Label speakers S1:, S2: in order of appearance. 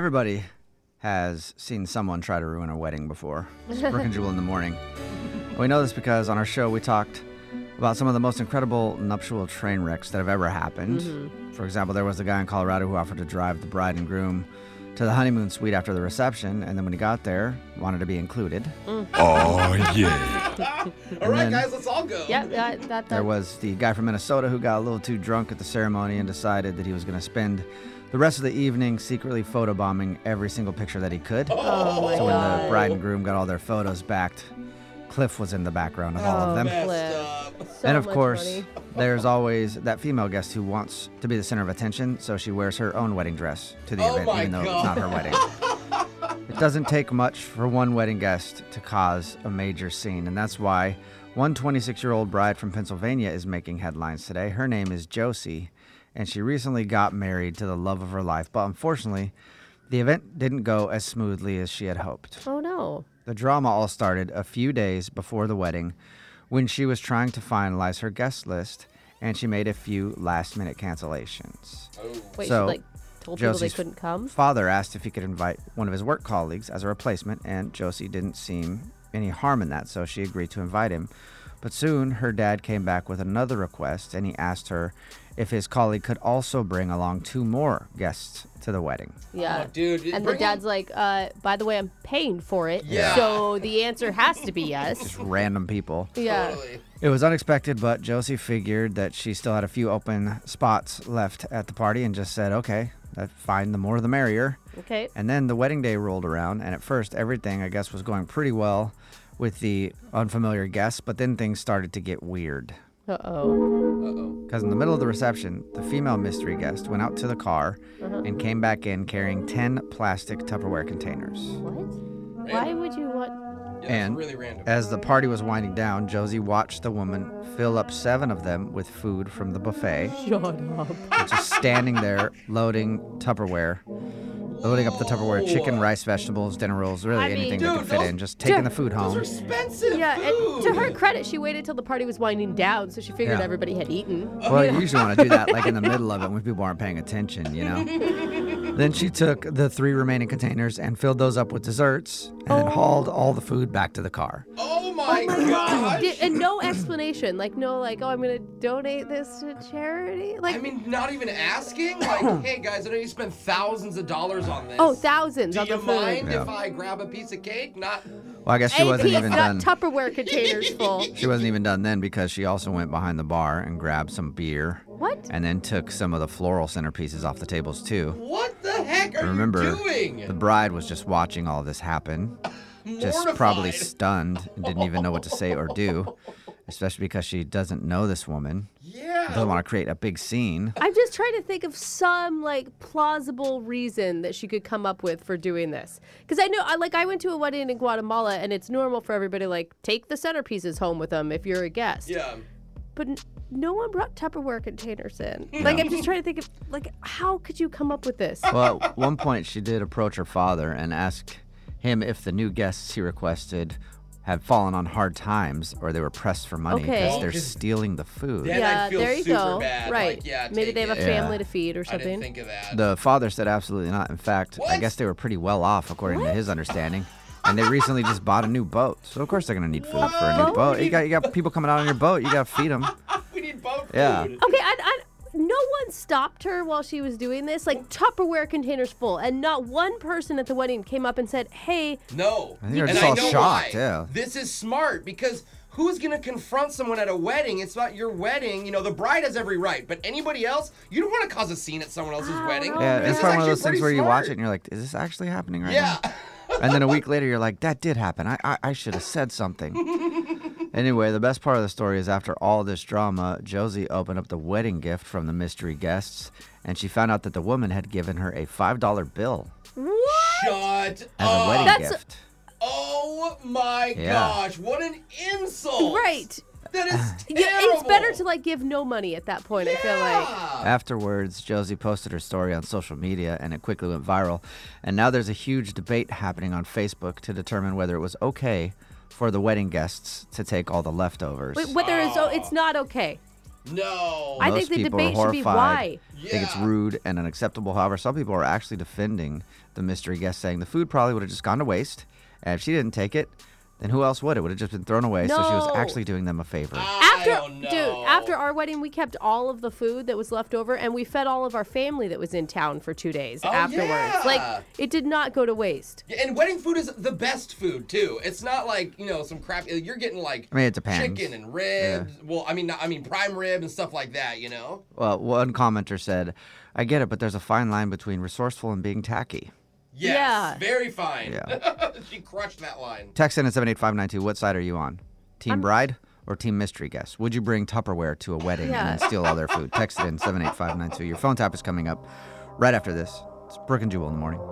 S1: Everybody has seen someone try to ruin a wedding before. It's Brooke and Jewel in the morning. We know this because on our show we talked about some of the most incredible nuptial train wrecks that have ever happened. For example, there was a guy in Colorado who offered to drive the bride and groom to the honeymoon suite after the reception, and then when he got there, wanted to be included.
S2: Oh yeah.
S3: All right,
S1: then-
S3: guys, let's all go.
S4: Yeah, that, that,
S1: There
S4: that
S1: was the guy from Minnesota who got a little too drunk at the ceremony and decided that he was going to spend the rest of the evening secretly photobombing every single picture that he could.
S4: Oh my
S1: so when the
S4: god.
S1: bride and groom got all their photos backed, Cliff was in the background of all of
S4: Oh,
S1: them.
S4: man.
S3: Messed
S4: Cliff.
S3: up.
S4: So
S1: and of
S4: much
S1: course,
S4: money.
S1: there's always that female guest who wants to be the center of attention, so she wears her own wedding dress to the
S3: Oh
S1: event,
S3: my
S1: even though it's not
S3: God.
S1: her wedding. it doesn't take much for one wedding guest to cause a major scene, and that's why one 26 year old bride from Pennsylvania is making headlines today. Her name is Josie, and she recently got married to the love of her life, but unfortunately, the event didn't go as smoothly as she had hoped.
S4: oh no.
S1: The drama all started a few days before the wedding when she was trying to finalize her guest list and she made a few last minute cancellations.
S4: Wait,
S1: So,
S4: she like told people
S1: Josie's
S4: they couldn't come.
S1: Father asked if he could invite one of his work colleagues as a replacement, and Josie didn't seem any harm in that, so she agreed to invite him. But soon her dad came back with another request and he asked her if his colleague could also bring along two more guests to the wedding.
S4: yeah.
S3: Oh, dude,
S4: and the
S3: bring
S4: dad's like, uh, by the way, I'm paying for it.
S3: Yeah.
S4: So the answer has to be yes.
S1: Random people.
S4: yeah.
S3: Totally.
S1: It was unexpected, but Josie figured that she still had a few open spots left at the party and just said, okay, that's fine, the more the merrier.
S4: Okay.
S1: And then the wedding day rolled around, and at first, everything, I guess, was going pretty well with the unfamiliar guests, but then things started to get weird.
S4: Uh oh.
S3: Uh-oh.
S1: Because in the middle of the reception, the female mystery guest went out to the car
S3: Uh-huh.
S1: and came back in carrying 10 plastic Tupperware containers.
S4: What? Why would you want?
S3: Yeah,
S1: And-
S3: that's really random.
S1: As the party was winding down, Josie watched the woman fill up seven of them with food from the buffet.
S4: Shut up.
S1: and just standing there loading Tupperware, loading up the Tupperware, chicken, rice, vegetables, dinner rolls, really
S4: I mean-
S1: anything that
S3: Dude,
S1: could fit
S3: those-
S1: in. Just taking the food
S3: Those are
S1: home.
S3: expensive.
S4: Yeah. And
S3: food.
S4: to her credit, she waited till the party was winding down, so she figured
S1: Yeah.
S4: everybody had eaten.
S3: Oh.
S1: Well, you usually want to do that like in the middle of it when people aren't paying attention, you know. then she took the three remaining containers and filled those up with desserts, and then hauled all the food back to the car.
S3: Oh my, gosh.
S4: Did, and no explanation, like no, like oh, I'm gonna donate this to charity. Like
S3: I mean, not even asking. Like, hey guys, I know you spent thousands of dollars on this.
S4: oh, thousands
S3: Do
S4: on
S3: you
S4: the food.
S3: mind if
S1: Yeah.
S3: I grab a piece of cake? Not.
S1: Well, I guess she
S4: Eight
S1: wasn't
S4: piece,
S1: even
S4: not
S1: done.
S4: Tupperware containers full.
S1: she wasn't even done then because she also went behind the bar and grabbed some beer,
S4: What?
S1: and then took some of the floral centerpieces off the tables too.
S3: What the heck are
S1: Remember,
S3: you doing?
S1: the bride was just watching all this happen, just
S3: Mortified.
S1: probably stunned and didn't even know what to say or do, especially because she doesn't know this woman.
S3: Yeah.
S1: Doesn't want to create a big scene.
S4: I'm just trying to think of some like plausible reason that she could come up with for doing this. Because I know, I like, I went to a wedding in Guatemala, and it's normal for everybody to, like take the centerpieces home with them if you're a guest.
S3: Yeah.
S4: But n- no one brought Tupperware containers in. Like, I'm just trying to think of like how could you come up with this?
S1: Well, at one point she did approach her father and ask him if the new guests he requested had fallen on hard times or they were pressed for money
S4: Okay.
S1: because they're
S3: Okay.
S1: stealing the food.
S3: Yeah. and I'd feel
S4: there you
S3: super
S4: go.
S3: bad, like,
S4: Right.
S3: yeah,
S4: Maybe
S3: take
S4: they have a
S3: it.
S4: family
S1: Yeah.
S4: to feed or
S3: I didn't
S4: something.
S3: think of that.
S1: The father said absolutely not. In fact, I
S3: What?
S1: guess they were pretty well off according to his understanding. And they recently just bought a new boat, so of course they're gonna need food for a new
S4: Boat?
S1: boat. You got you got people coming out on your boat. You gotta feed them.
S3: we need both
S1: Yeah.
S3: food.
S4: Okay, I, I, no one stopped her while she was doing this. Like Tupperware containers full, and not one person at the wedding came up and said, "Hey,
S3: No.
S1: think they're
S3: and
S1: just
S3: I
S1: all
S3: know
S1: shocked,
S3: why.
S1: yeah.
S3: This is smart because who's gonna confront someone at a wedding? It's not your wedding. You know, the bride has every right, but anybody else, you don't want to cause a scene at someone else's
S4: Oh,
S3: wedding.
S4: no.
S1: Yeah,
S4: This
S1: it's
S4: is
S1: probably one of
S3: actually
S1: those things
S3: pretty
S1: where you watch
S3: smart.
S1: it and you're like, "Is this actually happening right
S3: Yeah.
S1: now?" And then a week later, you're like, "That did happen. I I, I should have said something." anyway, the best part of the story is after all this drama, Josie opened up the wedding gift from the mystery guests, and she found out that the woman had given her a five dollar bill
S4: what?"
S3: Shut
S1: as
S3: up.
S1: a wedding
S4: That's-
S1: gift.
S3: Oh my
S1: Yeah.
S3: gosh, what an insult.
S4: Right.
S3: That is
S4: Yeah,
S3: terrible.
S4: it's better to like give no money at that point. I feel like
S3: Yeah.
S1: Afterwards, Josie posted her story on social media and it quickly went viral. And now there's a huge debate happening on Facebook to determine whether it was okay for the wedding guests to take all the leftovers.
S4: whether it's oh, it's not okay.
S3: No.
S4: I
S1: Most
S4: think the
S1: people are
S4: debate should be
S1: horrified.
S4: why.
S1: I think it's
S3: Yeah.
S1: rude and unacceptable. However, some people are actually defending the mystery guest, saying the food probably would have just gone to waste, and if she didn't take it, then who else would? It would have just been thrown away. So she was
S4: No.
S1: actually doing them a favor.
S3: I
S4: After,
S3: don't know.
S4: dude, after our wedding, we kept all of the food that was left over, and we fed all of our family that was in town for two days
S3: Oh,
S4: afterwards.
S3: yeah.
S4: Like, it did not go to waste.
S3: Yeah, And wedding food is the best food too. It's not like you know some crap. You're getting like
S1: I mean, it depends.
S3: chicken and ribs. Well, I mean, not, I mean prime rib and stuff like that. You know.
S1: Well, one commenter said, "I get it, but there's a fine line between resourceful and being tacky."
S3: Yes,
S4: Yeah.
S3: Very fine.
S1: Yeah.
S3: she crushed that line.
S1: Text in at seven eight five nine two. What side are you on? Team bride or team mystery guest? Would you bring Tupperware to a wedding
S4: Yeah.
S1: and then steal all their food? Text it in seven eight five nine two. Your phone tap is coming up right after this. It's Brooke and Jewel in the morning.